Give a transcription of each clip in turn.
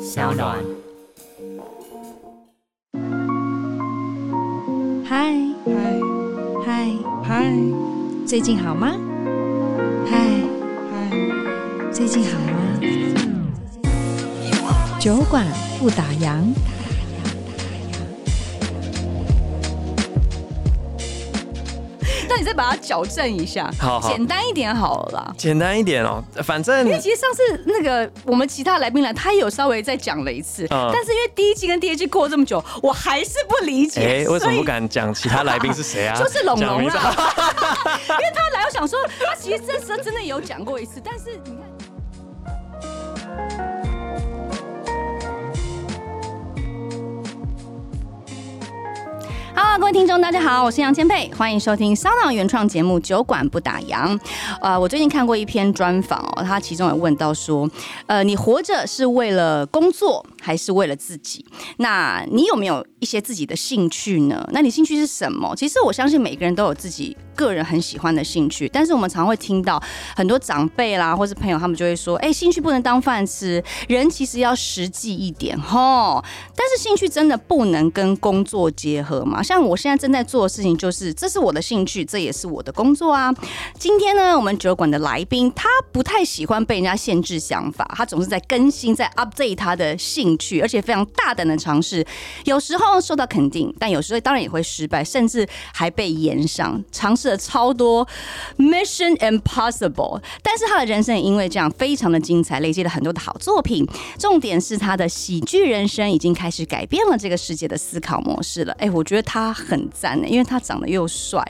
小暖。嗨嗨嗨，嗨最近好吗？嗨，嗨，最近好吗？酒馆不打烊。那你再把它矫正一下，好好简单一点好了啦。简单一点哦，反 正因为其实上次那个我们其他来宾来，他也有稍微再讲了一次，嗯但是因为第一季跟第二季过了这么久，我还是不理解，哎，为什么所以不敢讲其他来宾是谁啊？ 就是龙讲龙名字啦，因为他来，我想说他其实这时候真的有讲过一次，但是嗯你看。Hello，各位听众，大家好，我是杨千佩，欢迎收听骚浪原创节目《酒馆不打烊》。呃，我最近看过一篇专访哦，他其中有问到说，呃，你活着是为了工作还是为了自己？那你有没有一些自己的兴趣呢？那你兴趣是什么？其实我相信每个人都有自己个人很喜欢的兴趣，但是我们常会听到很多长辈啦，或是朋友，他们就会说：“哎、兴趣不能当饭吃，人其实要实际一点吼。”但是兴趣真的不能跟工作结合嘛？像我现在正在做的事情，就是这是我的兴趣，这也是我的工作啊。今天呢，我们酒馆的来宾他不太喜欢被人家限制想法，他总是在更新、在 update 他的兴趣，而且非常大胆的尝试。有时候受到肯定，但有时候当然也会失败，甚至还被延上。尝试了超多 Mission Impossible，但是他的人生也因为这样非常的精彩，累积了很多的好作品。重点是他的喜剧人生已经开始改变了这个世界的思考模式了。哎、我觉得他很赞欸呢，因为他长得又帅，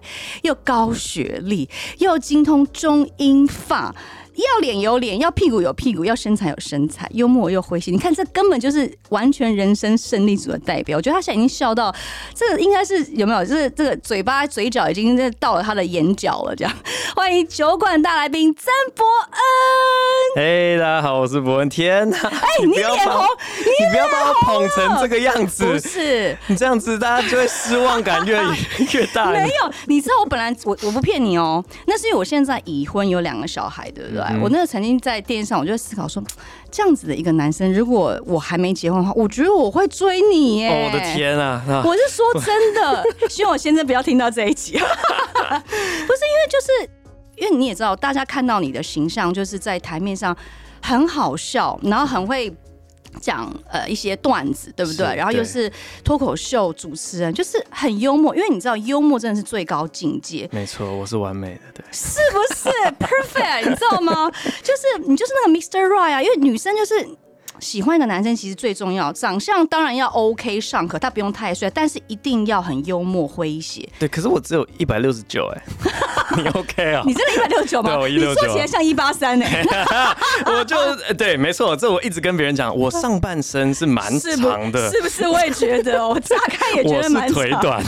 又高学历，又精通中英法。要脸有脸，要屁股有屁股，要身材有身材，幽默又诙谐。你看，这根本就是完全人生胜利组的代表。我觉得他现在已经笑到，这个应该是有没有？就是这个嘴巴、嘴角已经在到了他的眼角了。这样，欢迎酒馆大来宾曾伯恩。嘿，大家好，我是伯恩。天 呐，哎，你脸红，啊你不要把我捧成这个样不子，是，你这样子大家就会失望感 越越大。没有，你知道我本来我我不骗你哦，那是因为我现在已婚有两个小孩，对不嗯对？我那个曾经在电视上，我就在思考说，嗯这样子的一个男生，如果我还没结婚的话，我觉得我会追你耶！哦，我的！天啊！啊我是说 真的，希望我先生不要听到这一集。不是 因为就是因为你也知道，大家看到你的形象就是在台面上很好笑，然后很会。讲呃一些段子，对不对？是然后又对是脱口秀主持人，就是很幽默，因为你知道幽默真的是最高境界，没错，我是完美的，对。是不是 perfect？你知道吗？就是你就是那个 Mr. Right 啊，因为女生就是喜欢一个男生，其实最重要，长相当然要 OK 上可，他不用太帅，但是一定要很幽默诙谐。对，可是我只有一百六十九， 哎，你 OK 啊、你真的一百六九吗对？我你169说起来像一八 三呢，我就呃对，没错，这我一直跟别人讲，我上半身是蛮哦是不长的，是不是？我也觉 得，我大概也觉我得是蛮腿长。 短，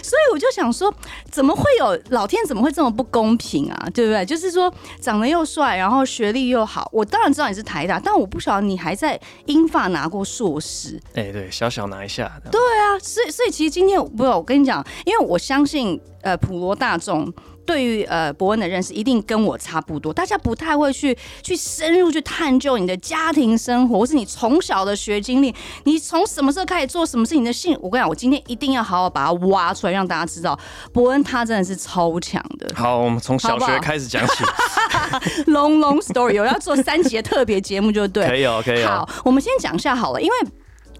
所以我就想说，怎么会有老天怎么会这么不公平啊？对不对？就是说长得又帅，然后学历又好，我当然知道你是台大，但我不晓得你还在英法拿过硕士。哎、对，小小拿一下，这样。对啊，所以所以其实今天不是我跟你讲，因为我相信呃普罗大众。对于呃伯恩的认识一定跟我差不多，大家不太会去去深入去探究你的家庭生活，或是你从小的学经历，你从什么时候开始做什么事情的性。我跟你讲，我今天一定要好好把它挖出来，让大家知道伯恩他真的是超强的好，我们从好小不好学开始讲起， Long long story，有要做三集的特别节目就对了可以哦，可以哦好，，我们先讲一下好了，因为。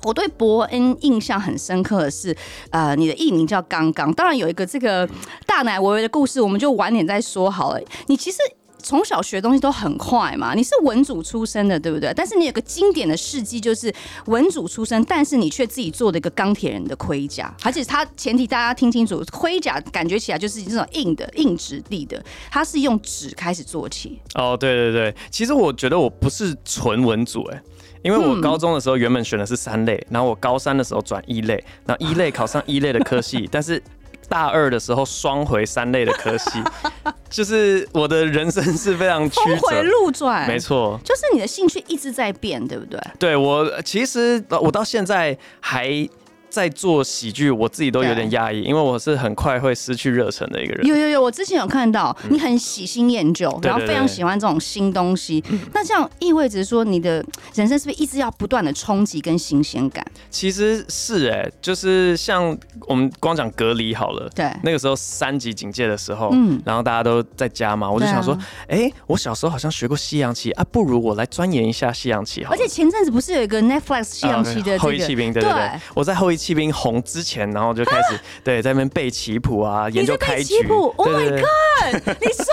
我对伯恩印象很深刻的是，呃，你的艺名叫刚刚，当然有一个这个大奶微微的故事，我们就晚点再说好了。你其实从小学东西都很快嘛，你是文组出身的，对不对？但是你有个经典的事迹，就是文组出身，但是你却自己做了一个钢铁人的盔甲，而且它前提大家听清楚，盔甲感觉起来就是这种硬的、硬质地的，它是用纸开始做起，哦，对对对，其实我觉得我不是纯文组哎。因为嗯我高中的时候原本选的是三类，然后我高三的时候转一类，然后一类考 上一类的科系，但是大二的时候双回三类的科 系，就是我的人生是非常曲峰回折，路转，没错，就是你的兴趣一直在变，对不对？对我呃其实呃我到现在还在做喜剧，我自己都有点压抑，因为我是很快会失去热忱的一个人。有有有，我之前有看到你很喜新厌旧，对然后对非常喜欢这种新东西。那这样意味着说，你的人生是不是一直要不断的冲击跟新鲜感？其实是哎、就是像我们光讲隔离好了。对，那个时候三级警戒的时候，嗯然后大家都在家嘛，我就想说对啊，哎、我小时候好像学过西洋棋啊，不如我来钻研一下西洋棋好了。而且前阵子不是有一个 Netflix 西洋棋的啊后这裔骑个？兵，对对对对，啊我在后裔骑兵红之前，然后就开始对在那边背棋谱啊，研究在背开局棋谱，Oh 对对 my 对 God！你说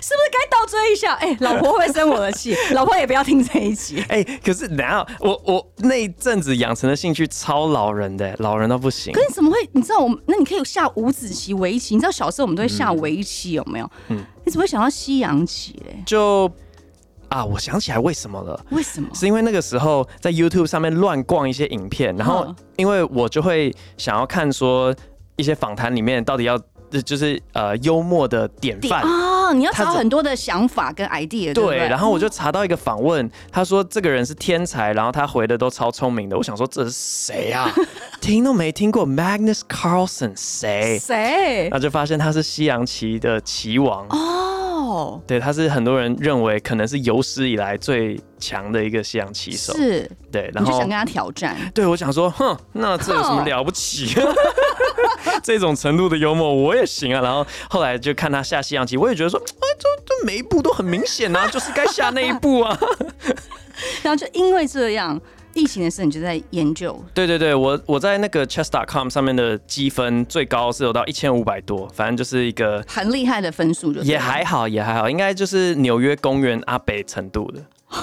是不是该倒追一下？哎、老婆会生我的气，老婆也不要听这一集。哎、可是然后我我那一阵子养成的兴趣超老人的，欸老人到不行可。是你怎么会？你知道我们？那你可以下五子棋、围棋。你知道小时候我们都会下围棋，有没有？你怎么会想到西洋棋嘞？就啊，我想起来为什么了。为什么？是因为那个时候在 YouTube 上面乱逛一些影片，然后嗯因为我就会想要看说一些访谈里面到底要就是呃幽默的典范，啊、你要他找怎很多的想法跟 idea，对不哦对，对？然后我就查到一个访问，他说这个人是天才，然后他回的都超聪明的。我想说这是谁 啊？听都没听过 Magnus Carlsen 谁？谁然？后就发现他是西洋棋的棋王，哦，对，他是很多人认为可能是有史以来最强的一个西洋棋手。是，对，你然就后想跟他挑战。对我想说，哼，那这有什么哼了不起？ 这种程度的幽默我也行啊。然后后来就看他下西洋棋，我也觉得说，哎，这这每一步都很明显啊， 就是该下那一步啊。 然后就因为这样，疫情的事你就在研究，对对对，我我在那个 chess.com 上面的积分最高是有到一千五百多，反正就是一个很厉害的分数就对了也还好，也还好，应该就是纽约公园阿北程度的。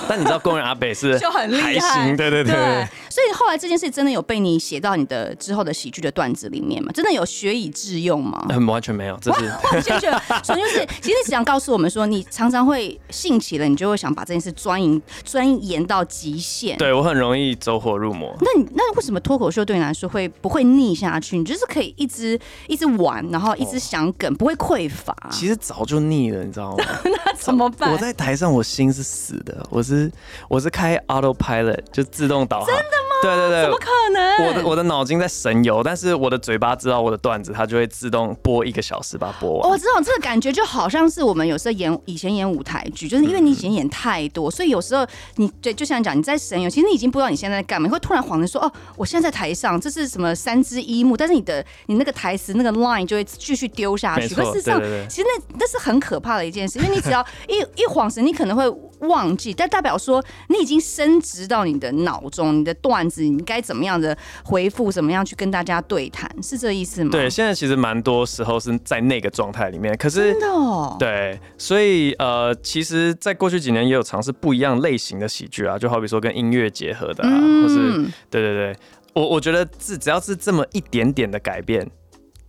但你知道公园阿北是 就很厉还害，行，对对对对。所以后来这件事真的有被你写到你的之后的喜剧的段子里面吗？真的有学以致用吗？ 嗯，完全没有，这是我就觉得，所以就是，其实想告诉我们说，你常常会兴起了，你就会想把这件事钻研钻研到极限。对我很容易走火入魔。那你那为什么脱口秀对你来说会不会腻下去？你就是可以一直一直玩，然后一直想梗，不会匮乏。哦其实早就腻了，你知道吗？那怎么我？在台上我心是死的，我是我是开 autopilot 就自动导航。真的吗？对对对，怎么可能？我的我的脑筋在神游，但是我的嘴巴知道我的段子，它就会自动播一个小时把它播完。我知道哦这个感觉就好像是我们有时候演以前演舞台剧，就是因为你以嗯前演太多，所以有时候你对就像你讲你在神游，其实你已经不知道你现在在干嘛，你会突然恍然说哦，我现在在台上，这是什么三枝一木，但是你的你那个台词那个 line 就会继续丢下没去。错可事实上，对对对其实那那是很可怕的一件事，因为你只要 一一晃神，你可能会忘记，但代表说你已经升值到你的脑中，你的段子你该怎么样的回复，怎么样去跟大家对谈，是这意思吗？对，，现在其实蛮多时候是在那个状态里面，可是真。的哦。对，所以呃，其实，在过去几年也有尝试不一样类型的喜剧啊，就好比说跟音乐结合的啊，嗯或是对对对，我我觉得只只要是这么一点点的改变，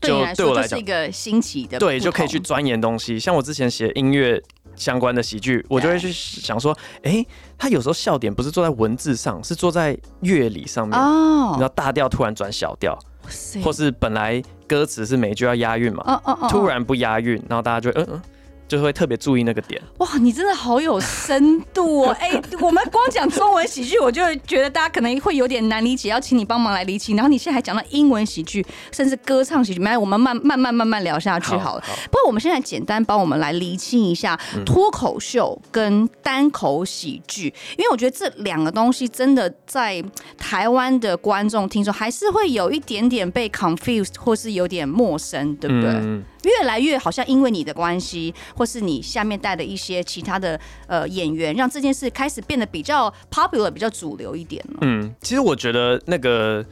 对你来对我说就来是讲一，个新奇的，对，就可以去。钻研东西。像我之前写音乐相关的喜剧，我就会去想说，哎、他有时候笑点不是坐在文字上，是坐在乐理上面。哦你知，道大调突然转小调，哇塞或是本来歌词是每句要押韵嘛，哦哦哦，突然不押韵，然后大家就会嗯嗯，就会特别注意那个点。哇，你真的好有深度哦！哎、我们光讲中文喜剧，我就觉得大家可能会有点难理解，要请你帮忙来理清。然后你现在还讲到英文喜剧，甚至歌唱喜剧，没有，我们慢慢慢慢慢聊下去好了。不过我们现在简单帮我们来厘清一下嗯脱口秀跟单口喜剧，因为我觉得这两个东西真的在台湾的观众听说还是会有一点点被 confused 或是有点陌生，对不对？嗯，越来越好像因为你的关系，或是你下面带的一些其他的呃演员，让这件事开始变得比较 popular、比较主流一点了。嗯，其实我觉得那个。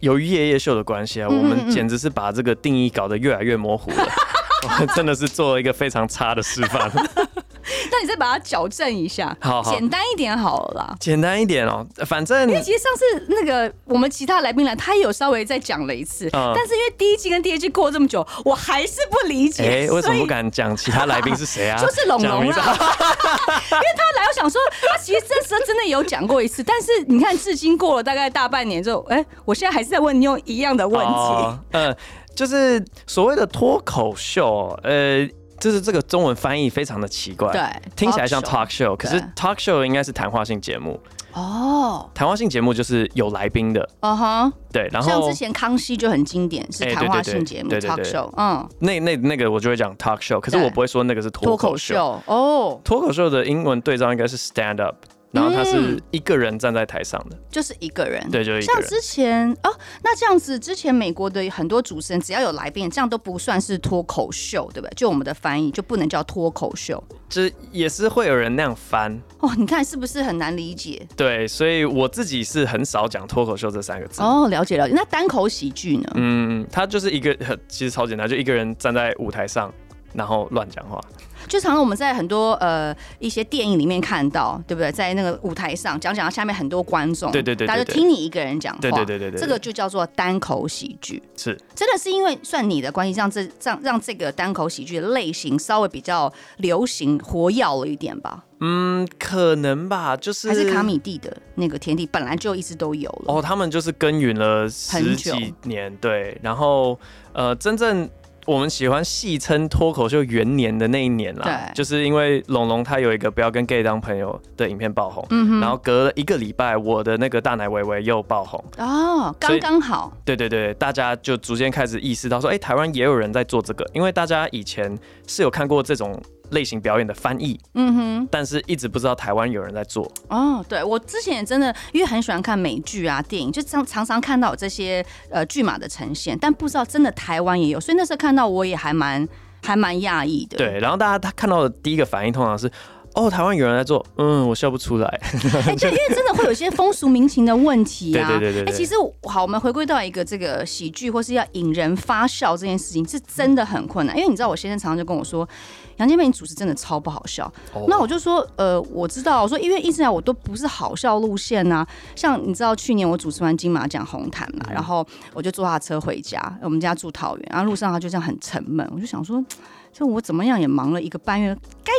由于夜夜秀的关系啊，嗯嗯我们简直是把这个定义搞得越来越模糊了。 我们真的是做了一个非常差的示范。那你再把它矫正一下，好好简单一点好了啦。简单一点哦，反正因为其实上次那个我们其他来宾来，他也有稍微再讲了一次，嗯但是因为第一季跟第二季过了这么久，我还是不理解，哎、为什么所以不敢讲其他来宾是谁啊？ 就是龙讲龙名字啦，因为他来，我想说他其实这时候真的有讲过一次，但是你看，至今过了大概大半年之后，哎、我现在还是在问你用一样的问题。哦呃，就是所谓的脱口秀，呃。就是这个中文翻译非常的奇怪，对听起来像 talk talk show，可是 talk show 应该是谈话性节目，哦，谈话性节目就是有来宾的，哦哈，对，然像后之前康熙就很经典，是哎谈对话对性对节目对对 talk 对 show，嗯，那那那个我就会讲 talk show，可是对我不会说那个是脱脱口口秀。秀哦，脱口秀的英文对照应该是 stand up，然后他是一个人站在台上的，就是一个人，对，就是一个嗯像人。之前哦，那这样子，之前美国的很多主持人只要有来宾，这样都不算是脱口秀，对不对？就我们的翻译就不能叫脱口秀就是也是会有人那样翻，哦。你看是不是很难理解？对，所以我自己是很少讲脱口秀这三个字。哦，了解了解。那单口喜剧呢？嗯，他就是一个很其实超简单，就一个人站在舞台上，然后乱讲话。就常常我们在很多呃一些电影里面看到，对不对？在那个舞台上讲讲，下面很多观众，对对对对大家就对听你一个人讲话，对对对对对，这个就叫做单口喜剧。是真的是因为算你的关系，让这让让这个单口喜剧的类型稍微比较流行活跃了一点吧。嗯，可能吧，就是还是卡米蒂的那个天地本来就一直都有了。哦，他们就是耕耘了很十久几年，对，然后呃，真正我们喜欢戏称脱口秀元年的那一年啦对，就是因为龙龙他有一个不要跟 gay 当朋友的影片爆红，嗯哼，然后隔了一个礼拜，我的那个大奶维维又爆红，哦，所刚以刚好，对对对，大家就逐渐开始意识到说，哎、台湾也有人在做这个，因为大家以前是有看过这种类型表演的翻译，嗯但是一直不知道台湾有人在做，哼，哦，对我之前也真的因为很喜欢看美剧啊、电影，就常常常看到有这些呃剧码的呈现，但不知道真的台湾也有，所以那时候看到我也还蛮还蛮讶异的。对，然后大家他看到的第一个反应通常是。哦，台湾有人在做，嗯，我笑不出来。哎，对，因为真的会有一些风俗民情的问题啊。对对对对对哎，其实好，我们回归到一个这个喜剧或是要引人发笑这件事情，是真的很困难。因为你知道，我先生常常就跟我说，杨建美你主持真的超不好笑。哦那我就说，呃，我知道，我说因为一直以来我都不是好笑路线呐、像你知道，去年我主持完金马奖红毯嗯嘛，然后我就坐他的车回家，我们家住桃园，然后路上他就这样很沉闷，我就想说，就我怎么样也忙了一个半月，该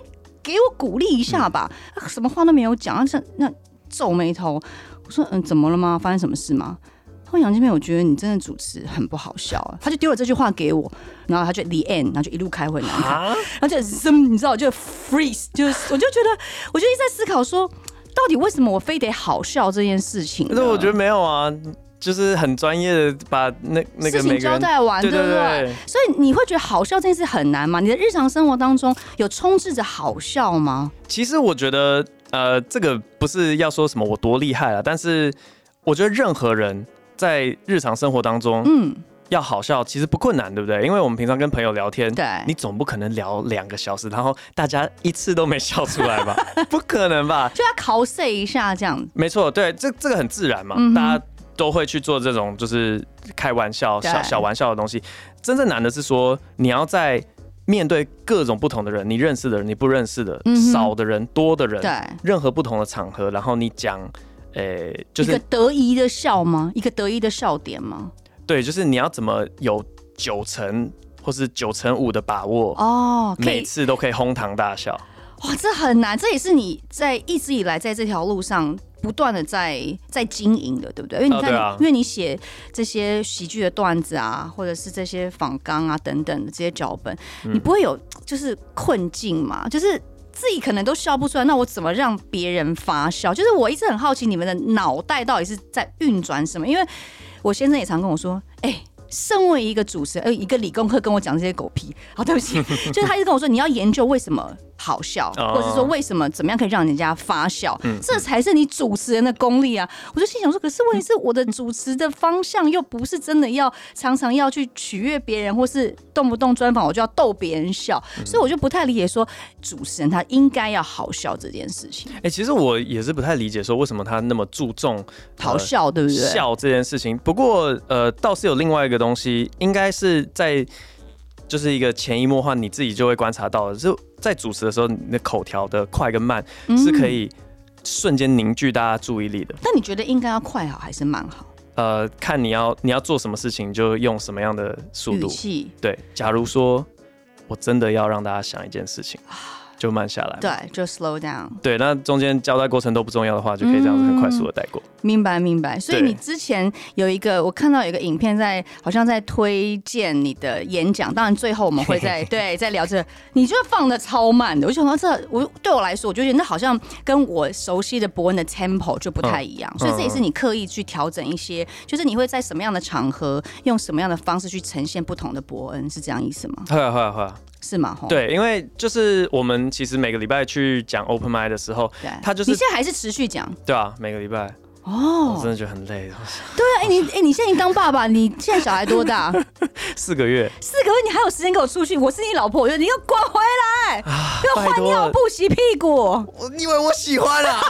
给我鼓励一下吧，嗯啊什么话都没有讲，这那皱眉头，我说嗯，怎么了吗？发生什么事吗？他说杨金妹，我觉得你真的主持很不好笑、啊，他就丢了这句话给我，然后他就 the end，然后就一路开回南卡， 啊，而且 zoom，你知道，就 freeze，就是我就觉得，我就一直在思考说，到底为什么我非得好笑这件事情呢？那我觉得没有啊，就是很专业的把那那事个情每个交人，代完，对不对对所以你会觉得好笑这件事很难吗？你的日常生活当中有充斥着好笑吗？其实我觉得呃，这个不是要说什么我多厉害了，但是我觉得任何人在日常生活当中，嗯，要好笑其实不困难，对不对？因为我们平常跟朋友聊天，对你总不可能聊两个小时，然后大家一次都没笑出来 吧？不可能吧？就要 cos 一下这样。没错，对，这这个很自然嘛，嗯哼大家都会去做这种就是开玩笑、对小小玩笑的东西。真正难的是说，你要在面对各种不同的人，你认识的人、你不认识的、嗯哼少的人、多的人，对，任何不同的场合，然后你讲，呃，就一个是得意的笑吗？一个得意的笑点吗？对，就是你要怎么有九成或是九成五的把握哦，可每以次都可以哄堂大笑。哇，这很难，这也是你在一直以来在这条路上不断的在在经营的，对不对？因为你啊看，对啊因为你写这些喜剧的段子啊，或者是这些访纲啊等等的这些脚本，嗯你不会有就是困境嘛？就是。自己可能都笑不出来，那我怎么让别人发笑？就是我一直很好奇你们的脑袋到底是在运转什么，因为我先生也常跟我说，哎、身为一个主持人，呃，一个理工科跟我讲这些狗屁，好，对不 起，就是他一直跟我说，你要研究为什么好笑，哦嗯或者是说为什么怎么样可以让人家发笑，这才是你主持人的功力啊！我就心想说，可是问题是我的主持的方向又不是真的要常常要去取悦别人，或是动不动专访我就要逗别人笑，嗯所以我就不太理解说主持人他应该要好笑这件事情，哎、其实我也是不太理解，说为什么他那么注重好、笑对不呃对？笑这件事情。不过，呃，倒是有另外一个东西，应该是在就是一个潜移默化，你自己就会观察到的，就在主持的时候，你的口条的快跟慢嗯是可以瞬间凝聚大家注意力的。那你觉得应该要快好还是慢好？呃，看你要你要做什么事情，就用什么样的速语度。气对，假如说我真的要让大家想一件事情，就慢下来。啊对，就 slow down。对，那中间交代过程都不重要的话，就可以这样子很快速的带过。明白明白，所以对你之前有一个，我看到有一个影片在，好像在推荐你的演讲。当然，最后我们会 在对在聊这，你就放的超慢的。我就想到这，我对我来说，我就觉得那好像跟我熟悉的伯恩的 tempo 就不太一样。所以这也是你刻意去调整一些，就是你会在什么样的场合，用什么样的方式去呈现不同的伯恩，是这样意思吗？会啊会啊会啊，是吗？吼，对，因为就是我们其实每个礼拜去讲 open m i d 的时候，对，他就是你现在还是持续讲对啊，每个礼拜我哦真。的觉得很累，对啊，哎、你哎、你现在已经当爸爸，你现在小孩多大？四个月，四个月你还有时间跟我出去？我是你老婆，我觉得你给我滚回来，给我拜换托尿了，布、洗屁股，我 你以为我喜欢啊？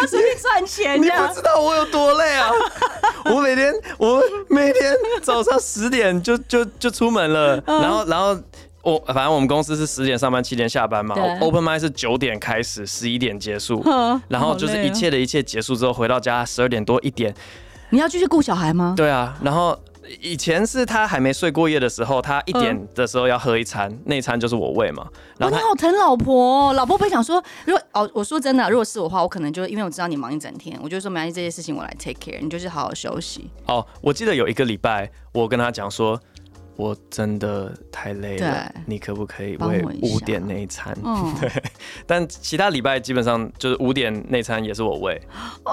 要出去赚钱你这不样知。道我有多累 啊！我每天我每天早上十点就就就出门了，嗯然后然后。我反正我们公司是十点上班，七点下班嘛对。 Open m i 是九点开始，十一点结束嗯，哦然后就好是累一哦切的一切结束之后，回到家十二点多一点，你要继续顾小孩吗？对啊，然后以前是他还没睡过夜的时候，他一嗯点的时候要喝一餐，那一餐就是我喂嘛。然后哇，哦你他好疼老婆、哦，老婆不会想说，如果哦，我说真的，如果是我的话，我可能就因为我知道你忙一整天，我就说没关系，这些事情我来 take care，你就是好好休息。哦，我记得有一个礼拜，我跟他讲说，我真的太累了对，你可不可以帮喂我一下五点那一餐？嗯，但其他礼拜基本上就是五点那餐也是我喂，哦，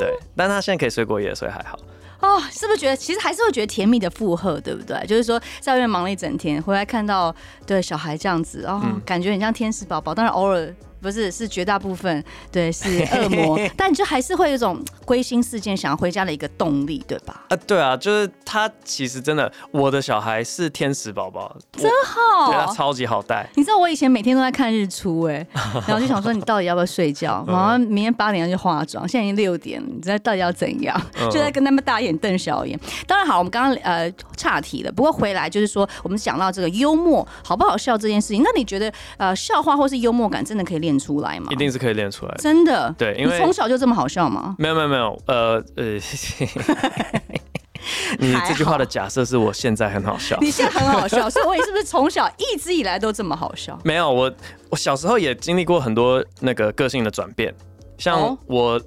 对。但他现在可以睡过夜，所以还好。哦，是不是觉得其实还是会觉得甜蜜的负荷，对不对？就是说在外面忙了一整天，回来看到对小孩这样子，哦，感觉很像天使宝宝。当然偶尔不是，是绝大部分对是恶魔，但你就还是会有一种归心似箭，想要回家的一个动力，对吧？啊，对啊，就是他其实真的，我的小孩是天使宝宝，真对他哦。超级好带。你知道我以前每天都在看日出哎、 然后就想说你到底要不要睡觉？嗯然后明天八点要去化妆，现在已经六点了，你知道到底要怎样？嗯就在跟他们大眼瞪小眼。当然好，我们刚刚呃岔题了，不过回来就是说，我们讲到这个幽默好不好笑这件事情，那你觉得呃笑话或是幽默感真的可以练出来吗？一定是可以练出来的。真的。对因为你从小就这么好笑 吗？没有没有没有，呃 呃， 你这句话的假设是我现在很好笑。你现在很好笑，所以我也是不是从小一直以来都这么 好笑？没有，我我小时候也经历过很多那个个性的转变，像哦我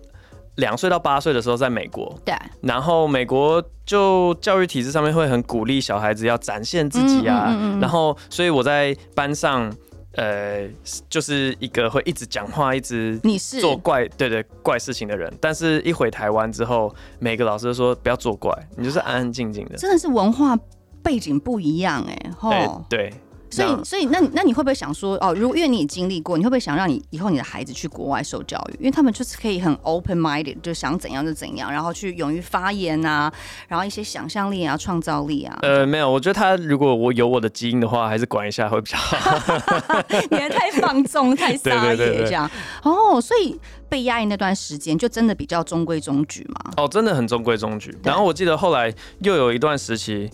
两岁到八岁的时候在美国，对，然后美国就教育体制上面会很鼓励小孩子要展现自己啊，嗯嗯嗯嗯然后所以我在班上，呃，就是一个会一直讲话、一直你是做怪，对对怪事情的人。但是一回台湾之后，每个老师都说不要作怪，你就是安安静静的。真的是文化背景不一样哎、吼。哎、对，所那以，所以那你那你会不会想说，哦，如果因为你也经历过，你会不会想让你以后你的孩子去国外受教育？因为他们就是可以很 open minded，就想怎样就怎样，然后去勇于发言啊，然后一些想象力啊、创造 力啊。呃，没有，我觉得他如果我有我的基因的话，还是管一下会比较好。你还太放纵、太撒对对对野对这样哦，所以被压抑那段时间就真的比较中规中矩嘛。哦，真的很中规中矩。然后我记得后来又有一段时期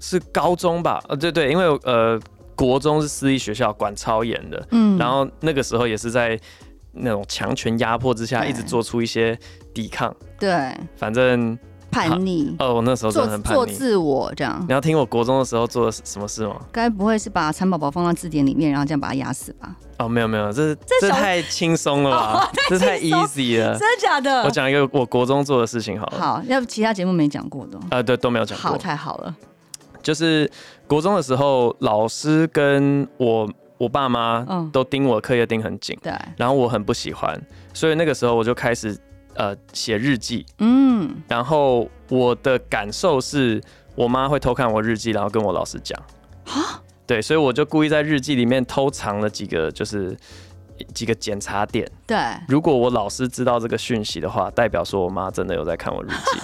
是高中吧，呃，对对，因为呃，国中是私立学校，管超严的，嗯，然后那个时候也是在那种强权压迫之下，对一直做出一些抵抗。对，反正叛逆，哦，我那时候真做的很叛做逆。自我这样，你要听我国中的时候做了什么事吗？该不会是把蚕宝宝放到字典里面，然后这样把它压死吧？哦，没有没有，这小哦这太轻松了吧，这太 easy 了。真的假的？我讲一个我国中做的事情好了。好，要不其他节目没讲过的哦。呃，对，都没有讲过好，。太好了。就是国中的时候，老师跟我我爸妈嗯都盯我课业盯很紧，对，然后我很不喜欢，所以那个时候我就开始呃写日记，嗯，然后我的感受是我妈会偷看我日记，然后跟我老师讲。对，所以我就故意在日记里面偷藏了几个，就是几个检查点。对。如果我老师知道这个讯息的话，代表说我妈真的有啊在看我日记。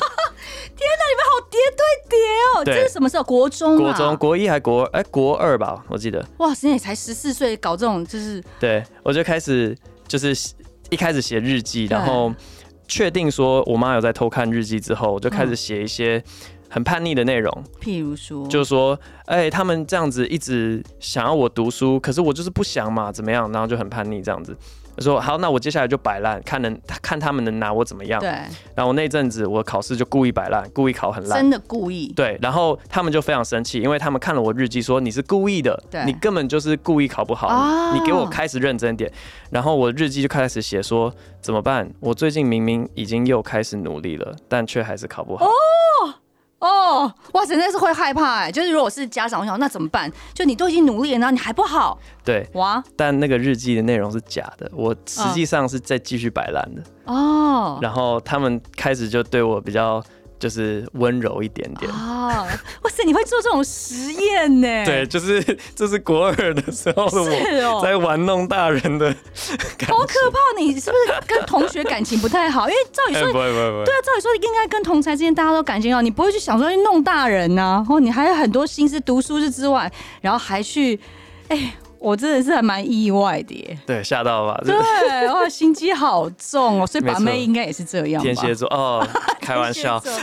好叠对叠哦，对这是什么时候？国中、啊？国中国一还国哎、国二吧，我记得。哇，现在也才十四岁，搞这种就是对，我就开始就是写一开始写日记，对然后确定说我妈有在偷看日记之后，我就开始写一些很叛逆的内容，譬如说，就是说，哎、他们这样子一直想要我读书，可是我就是不想嘛，怎么样，然后就很叛逆这样子。就说好，那我接下来就摆烂，看能看他们能拿我怎么样。对，然后那阵子我考试就故意摆烂，故意考很烂真。的故意，对，然后他们就非常生气，因为他们看了我日记说你是故意的对，你根本就是故意考不好，哦你给我开始认真点。然后我日记就开始写说怎么办？我最近明明已经又开始努力了，但却还是考不好。哦，哇塞，那是会害怕哎、就是如果是家长，我想那怎么办？就你都已经努力了，然后你还不好，对，哇，但那个日记的内容是假的，我实际上是在继续摆烂的。哦。然后他们开始就对我比较就是温柔一点点。哦，哇塞！你会做这种实验呢、对，，就是 这是国二的时候的是哦我，在玩弄大人的感好觉。可怕！你是不是跟同学感情不太好？因为照理哎说，不会不会不会对，啊，照理说应该跟同才之间大家都感情好，你不会去想说去弄大人呐、然后你还有很多心思读书是之外，然后还去，哎、我真的是还蛮意外 的耶。对，吓到吧？对，啊哇，心机好重哦，所以没把错妹应该也是这样吧。天蝎座 哦，开玩笑，对啊，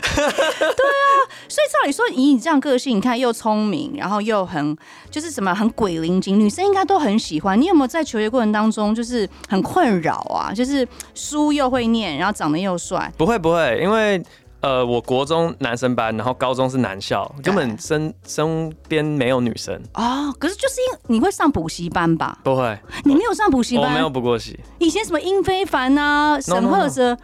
所以照理说，以你这样个性，你看又聪明，然后又很就是什么很鬼灵精，女生应该都很喜欢。你有没有在求学过程当中就是很困扰啊？就是书又会念，然后长得又帅，不会不会，因为呃，我国中男生班，然后高中是男校，对根本身身边没有女生，哦，可是就是因你会上补习班吧？不会，你没有上补习我班？哦啊没有补过习，以前什么英非凡啊、沈赫哲，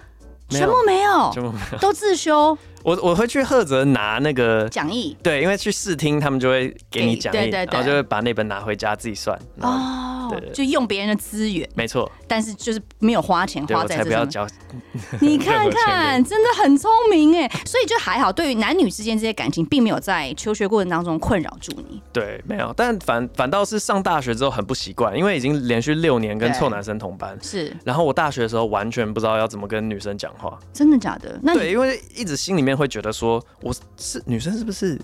没全有部没有，就都自修我我会去赫哲拿那个。讲义对，因为去试听，他们就会给你给讲义，对对对然后就会把那本拿回家自己算。哦，哦 对对，对就用别人的资源，没错，但是就是没有花钱对花我在才这不上要面。交。 你任看何前看，缘真的很聪明哎，所以就还好，对于男女之间这些感情，并没有在求学过程当中困扰住你。对，没有，但反反倒是上大学之后很不习惯，因为已经连续六年跟对臭男生同班，是然后我大学的时候完全不知道要怎么跟女生讲话。真的假的？那对，你因为一直心里面会觉得说，我是女生是不是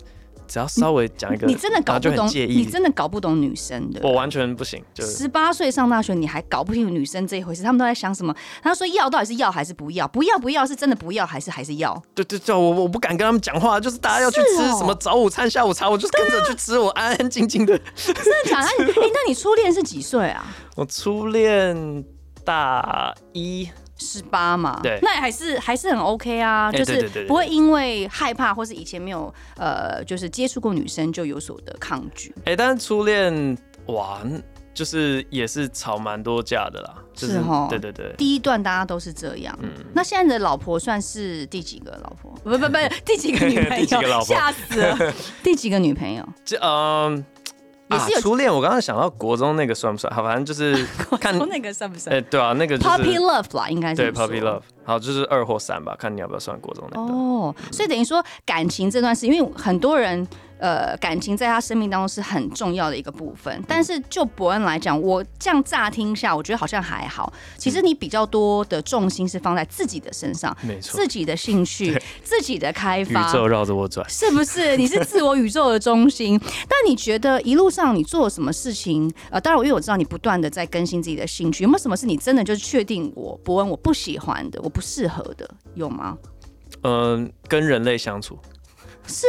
只要稍微讲一个，你真的然搞后就不懂很，介你意，哦真的搞不懂女生的。我完全不行，就是十八岁上大学，你还搞不清楚女生这一回事，他们都在想什么？他说要到底是要还是不要？不要不要是真的不要还是还是要？对对对，我我不敢跟他们讲话，就是大家要去吃是哦啊什么早午餐、下午茶，我就是跟着去吃，我安安静静的。真的 假的？那你哎、那你初恋是几岁啊？我初恋大一，十八嘛，对那还是还是很 OK 啊，哎就对是对对对不会因为害怕或是以前没有呃，就是接触过女生就有所的抗拒。哎、但是初恋哇，就是也是吵蛮多架的啦，就是是哦对对对，第一段大家都是这样，嗯那现在你的老婆算是第几个老婆？ 不不不，第几个女朋第几个友？老婆吓 死了！第几个女朋友？这嗯。也啊是有，初恋，我刚刚想到国中那个算不算？好，反正就是 看，哦从那个算不哎、算对啊，那个就是？Puppy Love 啦，应 该是对 Puppy Love，好，就是二或三吧，看你要不要算国中那个。哦，所以嗯等于说感情这段事，因为很多人呃，感情在他生命当中是很重要的一个部嗯分。但是就伯恩来讲，我这样乍听下，我觉得好像还好。其实你比较多的重心是放在自己的身上，没错自己的兴趣、自己的开宇发。宙绕着我转，是不是？你是自我宇宙的中心。 那你觉得一路上你做了什么事情？呃，当然，因为我知道你不断的在更新自己的兴趣，有没有什么是你真的就是确定我伯恩我不喜欢的，我不适合的，有吗？嗯、跟人类相处，是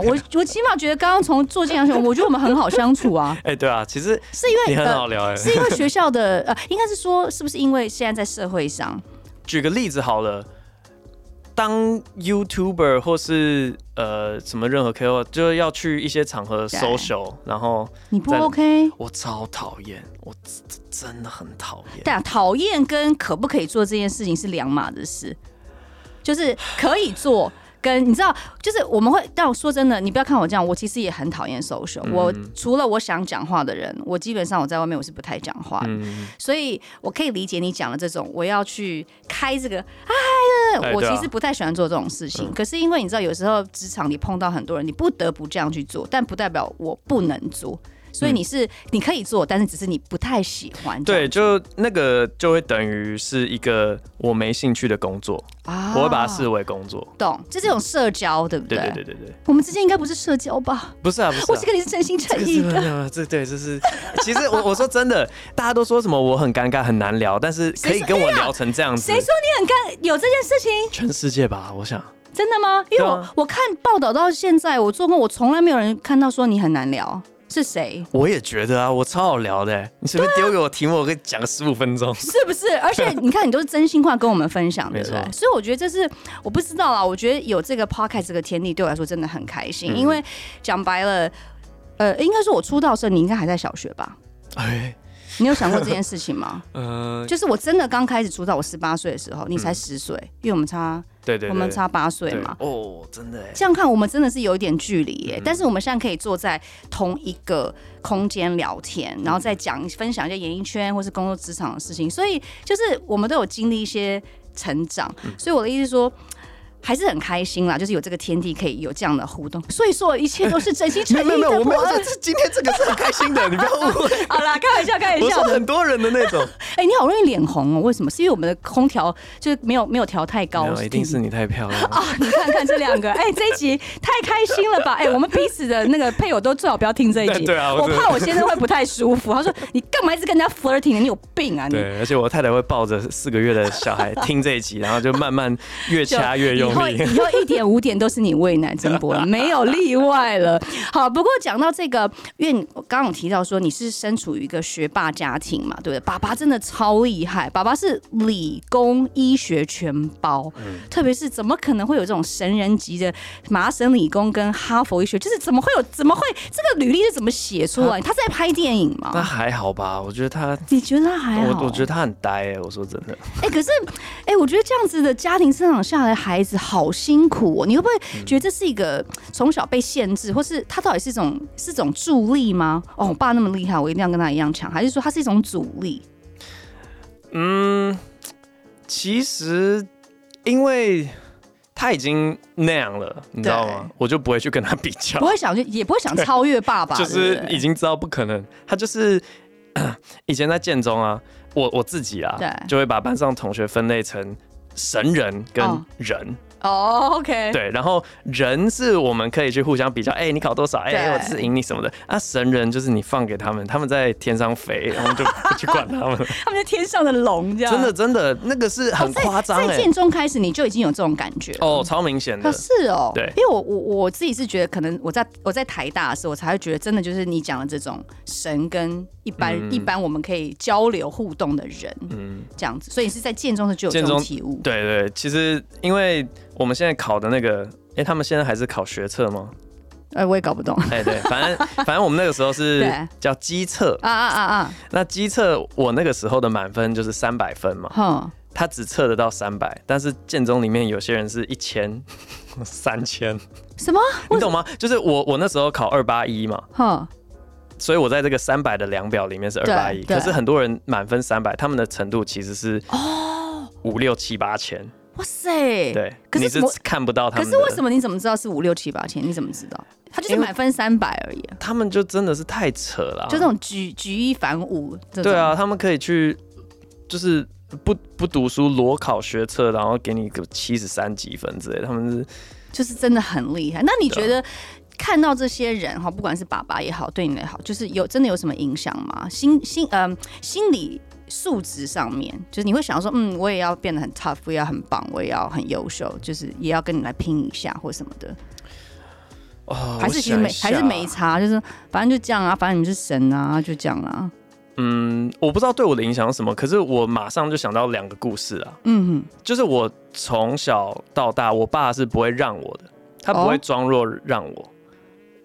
我我起码觉得刚刚从做这样想，我觉得我们很好相 处啊，哎、对啊，其实是因你为很呃，好聊哎、是因为学校的呃，应该是说是不是因为现在在社会上，举个例子好了，当 YouTuber 或是呃什么任何 KOL，就是要去一些场合对 social，然后你不在 OK？我超讨厌，我真真的很讨厌。但啊讨厌跟可不可以做这件事情是两码的事，就是可以做。跟你知道，就是我们会，但我说真的，你不要看我这样，我其实也很讨厌 social、我嗯除了我想讲话的人，我基本上我在外面我是不太讲话的，嗯，所以我可以理解你讲的这种，我要去开这个哎，哎我对啊嗯其实不太喜欢做这种事情。可是因为你知道，有时候职场里碰到很多人，你不得不这样去做，但不代表我不能做。所以你是、你可以做，但是只是你不太喜欢这嗯对，样。就那个就会等于是一个我没兴趣的工作，啊我会把它视为工作。懂，这是一种社交，对不对对对对对，我们之间应该不是社交吧？不是啊不是啊。我是跟你是真心诚这意是的。没有这对，这是其实我我说真的，大家都说什么我很尴尬很难聊，但是谁可以说跟哎我呀聊成这样子谁，说你很干有这件事情？全世界吧，我想。真的吗？因为我、对啊我看报道到现在，我做梦我从来没有人看到说你很难聊，是谁？我也觉得啊，我超好聊的欸。你随便啊丢给我题目，我可以讲个十五分 钟。是不是？而且你看，你都是真心话跟我们分享，对没不错对？所以我觉得这是我不知道啦。我觉得有这个 podcast 这个天地对我来说真的很开心，嗯因为讲白了，呃，应该说我出道的时候，你应该还在小学吧？哎，你有想过这件事情吗？嗯，就是我真的刚开始出道，我十八岁的时候，你才十岁，因为我们差对对，我们对差八岁对嘛。哦，真的哎，这样看，我们真的是有一点距离嗯耶、但是我们现在可以坐在同一个空间聊天，然嗯后再讲分享一些演艺圈或是工作职场的事情，所以就是我们都有经历一些成长。嗯所以我的意思是说。还是很开心啦，就是有这个天地可以有这样的互动，所以说一切都是真心没诚有没有意没有，的。我不没有然说这今天这个是很开心的，你不要误 会，好啦，开玩笑，开玩我笑说的。很多人的那 种。哎、你好容易脸红哦，为什么？是因为我们的空调就是没有没有调太高没，有一定是你太漂亮了。啊！你看看这两个，哎、这一集太开心了吧！哎、我们彼此的那个配偶都最好不要听这一集， 对对啊我我真的怕我先生会不太舒服。他说：“你干嘛一直跟人家 flirting？你有病啊你！”对，而且我太太会抱着四个月的小孩听这一集，然后就慢慢越就掐越用力 以。后以后一点五点都是你喂奶曾博，没有例外 了。好，不过讲到这个，因为你我刚刚有提到说你是身处于一个学霸家庭嘛，对不对？爸爸真的超厉害，爸爸是理工医学全包，特别是怎么可能会有这种神人级的麻省理工跟哈佛医学？就是怎么会有？怎么会这个履历是怎么写出来？他是在拍电影那吗？还好吧，我觉得他，你觉得他啊还好？我我觉得他很呆、欸。我说真的，哎、可是，哎、我觉得这样子的家庭生长下来的孩子好辛苦哦。你会不嗯会觉得这是一个从小被限制，或是他到底是一种是一种助力吗？哦，我爸那么厉害，我一定要跟他一样强，还是说他是一种阻力？嗯，其实因为他已经那样了，你知道吗对？我就不会去跟他比较不。会想去，也不会想超越爸爸， 就是对不对已经知道不可能。他就是 以前在建中啊，我我自己啊对，就会把班上同学分类成神人跟哦人。哦，OK，对，然后人是我们可以去互相比 较，哎、你考多少？哎、对我是赢你什么的。啊，神人就是你放给他们，他们在天上飞，我们就不去管他们了。他们是天上的龙，这样哦真的真的，那个是很夸张在哎。建中开始你就已经有这种感觉了哦，超明显啊，的，是哦，对因为我我我自己是觉得，可能我在我在台大的时候，我才会觉得，真的就是你讲的这种神跟一般、嗯一般我们可以交流互动的人，嗯，这样子，所以是在建中的就有这建种中体悟，对对，其实因为我们现在考的那个，哎、他们现在还是考学测吗？哎，我也搞不懂哎， 对，反正反正我们那个时候是对叫机测，啊啊啊那机测我那个时候的满分就是三百分嘛啊，，哼，他只测得到三百，但是建中里面有些人是一千、三千，什么？你懂吗？就是我我那时候考二八一嘛，哼，所以我在这个三百的量表里面是二八一，对可是很多人满分三百，他们的程度其实是五六七八千，哇塞，对，哦可是你是怎么看不到他可们是为什么么你怎么知道是五六七八千？你怎么知道？他就是因为满分三百而已啊、他们就真的是太扯了啊、就这种举举一反五这种。对啊，他们可以去，就是不不读书，裸考学测，然后给你个七十三几分之类的。他们是就是真的很厉害。那你觉对啊得看到这些人哈，不管是爸爸也好，对你也好，就是有真的有什么影响吗？心心嗯、心理素质上面，就是你会想说，嗯，我也要变得很 tough，我也要很棒，我也要很优秀，就是也要跟你来拼一下或什么的。哦，还是我其实想没一下还是没。差，就是反正就这样啊，反正你们是神啊，就这样啊。嗯，我不知道对我的影响是什么，可是我马上就想到两个故事啊，嗯哼，就是我从小到大，我爸是不会让我的，他不会哦装弱让我。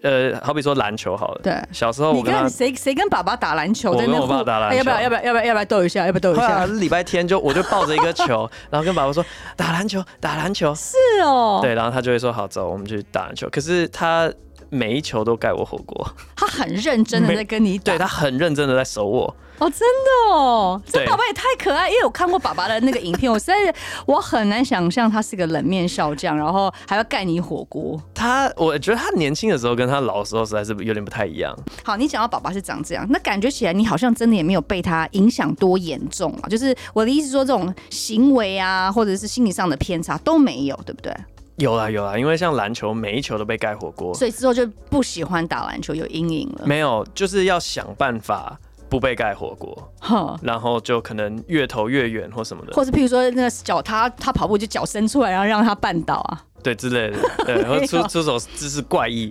呃，好比说篮球好了，对。小时候我你跟他看。谁谁跟爸爸打篮球，我在那跟我互爸打篮哎要不要球要不要要不要要不要斗一下？要不要斗一后来 下？啊礼拜天就我就抱着一个 球，然后跟爸爸说打篮球，打篮球，是哦，对，然后他就会说好走，我们去打篮球。可是他每一球都盖我火 锅，他很认真的没在跟你打对他很认真的在守我。哦，真的哦，这对爸爸也太可爱，因为我看过爸爸的那个影 片，我实在是我很难想象他是个冷面笑匠，然后还要盖你火锅。他我觉得他年轻的时候跟他老的时候实在是有点不太一样。好，你讲到爸爸是长这样，那感觉起来你好像真的也没有被他影响多严重啊。就是我的意思说，这种行为啊，或者是心理上的偏差都没有，对不对？有啦有啦，因为像篮球每一球都被盖火锅，所以之后就不喜欢打篮球，有阴影了。没有就是要想办法不被盖火锅，哼。然后就可能越投越远或什么的。或是譬如说那个脚，他他跑步就脚伸出来，然后让他绊倒啊。对之类 的，对，然后出出手姿势怪异，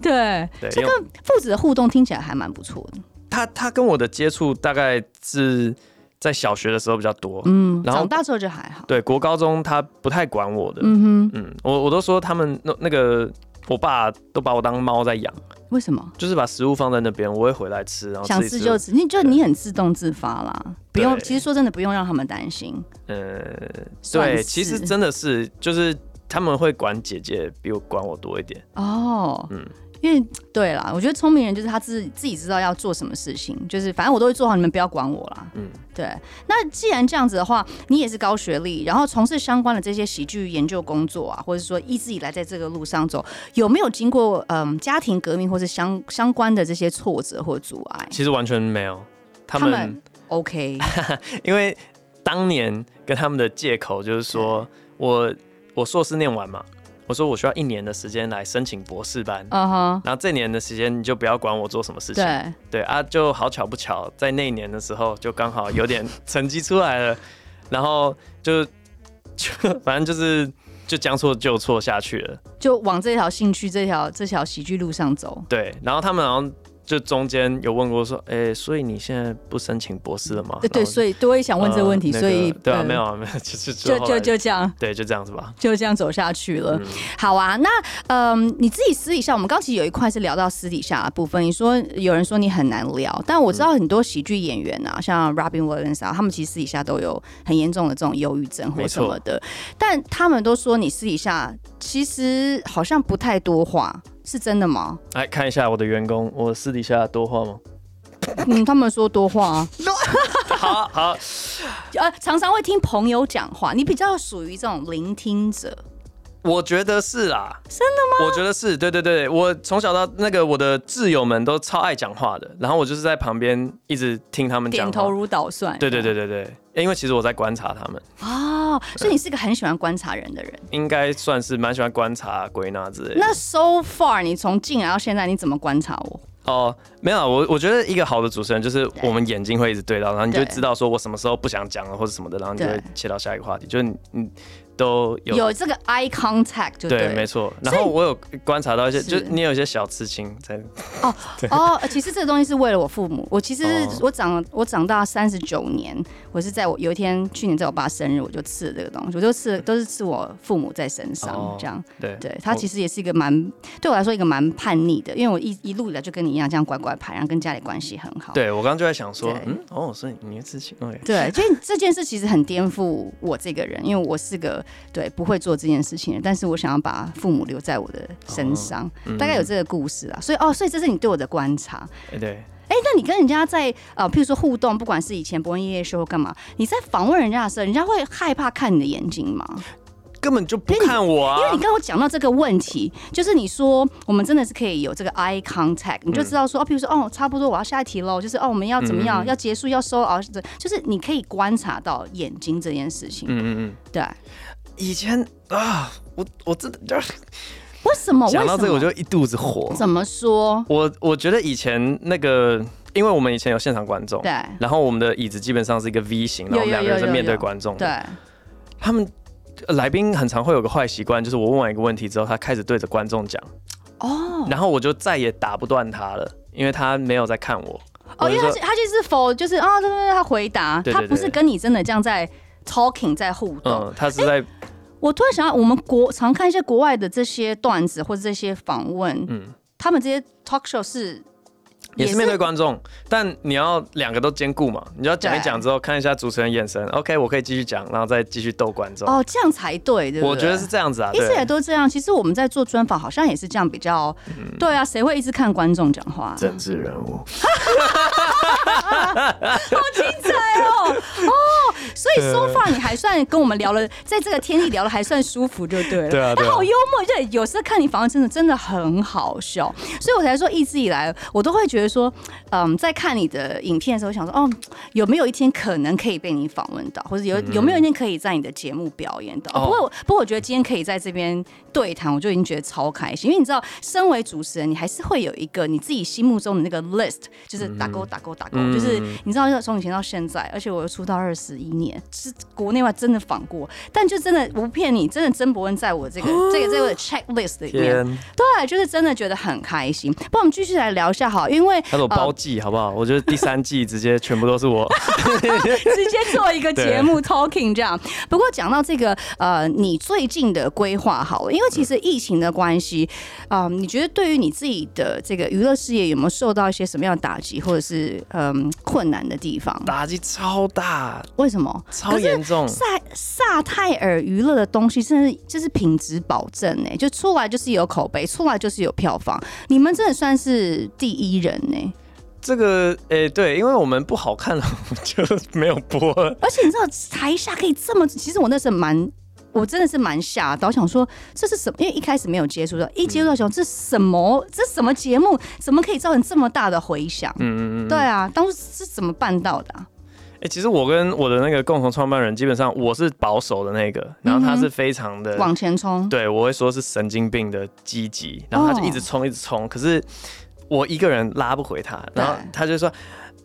对，对，这因为个父子的互动听起来还蛮不错的。他他跟我的接触大概是在小学的时候比较多，嗯，然后长大之后就还好。对，国高中他不太管我的，嗯嗯，我我都说他们那那个我爸都把我当猫在养，哼，为什么？就是把食物放在那边，我会回来吃，然后想自己吃吃就吃，你就你很自动自发啦，不用。对其实说真的，不用让他们担心。呃，算对，是其实真的是就是他们会管姐姐比我管我多一点，哦，嗯因为对啦，我觉得聪明人就是他自自己知道要做什么事情，就是反正我都会做好，你们不要管我啦。嗯，对，那既然这样子的话，你也是高学历，然后从事相关的这些喜剧研究工作啊，或者说一直以来在这个路上走，有没有经过嗯家庭革命或是相相关的这些挫折或阻碍其实完全没有，他他们们？OK， 因为当年跟他们的借口就是说我我硕士念完嘛，我说我需要一年的时间来申请博士班。嗯哼，然后这年的时间你就不要管我做什么事情，对，对啊，就好巧不巧，在那一年的时候就刚好有点成绩出来了，然后就 就反正就是就将错就错下去了。就往这条兴趣、这条这条喜剧路上走。对，然后他们好像就中间有问过说，哎、所以你现在不申请博士了吗？对对，所以都会想以问这个问题，所以对啊，呃没有啊没有， 就是就就就就这样。 对，就这样子吧。就这样走下去了。嗯好啊，那嗯，你自己私底下，我们刚其实有一块是聊到私底下的部分。你说有人说你很难聊，但我知道很多喜剧演员啊，像 Robin Williams 啊，他们其实私底下都有很严重的这种忧郁症或没什错么的，但他们都说你私底下其实好像不太多话，是真的吗？来看一下我的员工，我私底下多话吗？嗯，他们说多话、啊，好 好，呃，常常会听朋友讲话，你比较属于这种聆听者。我觉得是啦，真的吗？我觉得是对对对，我从小到那个我的挚友们都超爱讲话的，然后我就是在旁边一直听他们讲话，点头如捣蒜，对对对对对，因为其实我在观察他们，哦，所以你是个很喜欢观察人的人。应该算是蛮喜欢观察、归纳之类的。那 so far 你从进来到现在，你怎么观察我？哦，没有啊，我我觉得一个好的主持人就是我们眼睛会一直对到，然后你就对知道说我什么时候不想讲了或者什么的，然后你就会对切到下一个话题，就是你你都有有这个 eye contact 就对，了没错。所然以后我有观察到一些，是就是你有一些小刺青在，哦，其实这个东西是为了我父母。我其实哦我长我长大三十九年，我是在我有一天去年在我爸生日，我就刺了这个东西，我就刺都是刺我父母在身上、哦这样。对对他其实实也是一个蛮对我来说一个蛮叛逆的，因为我一一路以来就跟你一样这样乖乖牌，然后跟家里关系很好。对我刚刚就在想说对，嗯，哦，所以你的刺青，OK，对，所以这件事其实很颠覆我这个人，因为我是个对不会做这件事情的人，但是我想要把父母留在我的哦身上，嗯大概有这个故事啊。所以哦，所以这是你对我的观察。哎对，哎，那你跟人家在呃，譬如说互动，不管是以前博恩夜夜秀或干嘛，你在访问人家的时候，人家会害怕看你的眼睛吗？根本就不看我啊因为你，跟我讲到这个问题，就是你说我们真的是可以有这个 eye contact，你就嗯知道说，哦，比如说，哦，差不多我要下一题喽，就是哦，我们要怎么样，嗯要结束，要收啊，这就是你可以观察到眼睛这件事情。嗯嗯嗯，对，以前啊，我我真的为什么？讲到哦为什这个我么就一肚子火，怎么说？我我觉得以前那个，因为我们以前有现场观众，对然后我们的椅子基本上是一个 V 型，然后我们有有两个人有在有面对有观众，对，，他们。呃来宾很常会有个坏习惯，就是我问完一个问题之后，他开始对着观众讲，哦然后我就再也打不断他了，因为他没有在看我。哦，我因就为说他是他就是否就是啊，对对对，他回答，对对他对不是对跟你真的这样在 talking 在互动。嗯，他是在我突然想到，我们国常看一些国外的这些段子或者这些访问，嗯他们这些 talk show 是也是面对观众，但你要两个都兼顾嘛，你要讲一讲之后看一下主持人眼神，OK，我可以继续讲，然后再继续逗观众。哦，这样才对，对不对？我觉得是这样子啊，一直也对，都这样。其实我们在做专访，好像也是这样比较。嗯对啊，谁会一直看观众讲话、啊？政治人 物。哎呦哦，所以 so far 你还算跟我们聊了，在这个天地聊了还算舒服就对了。对啊对啊他好幽默，就有时候看你访问真的真的很好笑，所以我才说一直以来我都会觉得说，嗯，在看你的影片的时候，想说哦，有没有一天可能可以被你访问到，或者有有没有一天可以在你的节目表演到？嗯哦不过我不过我觉得今天可以在这边对谈，我就已经觉得超开心，因为你知道，身为主持人，你还是会有一个你自己心目中的那个 list，就是打勾打勾打勾，嗯就是你知道，从以前到现在，而且我又出道二十一年，是国内外真的访过，但就真的我不骗你，真的曾伯恩在我这个这个这个 checklist 里面，哦天，对，就是真的觉得很开心。不，我们继续来聊一下好，因为他有包季好不好？我觉得第三季直接全部都是 我。直接做一个节目 talking 这样。不过讲到这个呃，你最近的规划好了，因为其实疫情的关系，啊、你觉得对于你自己的这个娱乐事业有没有受到一些什么样的打击，或者是嗯、困难的地方？打击超大，为什么？超严重。萨萨泰尔娱乐的东西，真是就是品质保证哎、就出来就是有口碑，出来就是有票房。你们真的算是第一人欸呢、这个诶、对，因为我们不好看了， 我们就没有播了。而且你知道台下可以这么，其实我那时候蛮，我真的是蛮吓到，我想说这是什么？因为一开始没有接触到，一接触到想这什么，这什么节目，怎么可以造成这么大的回响？嗯嗯嗯。对啊，当时是怎么办到的啊、哎、其实我跟我的那个共同创办人，基本上我是保守的那个，然后他嗯是非常的往前冲，对，我会说是神经病的积极，然后他就一直冲，一直冲。可是我一个人拉不回他，然后哦对他就说，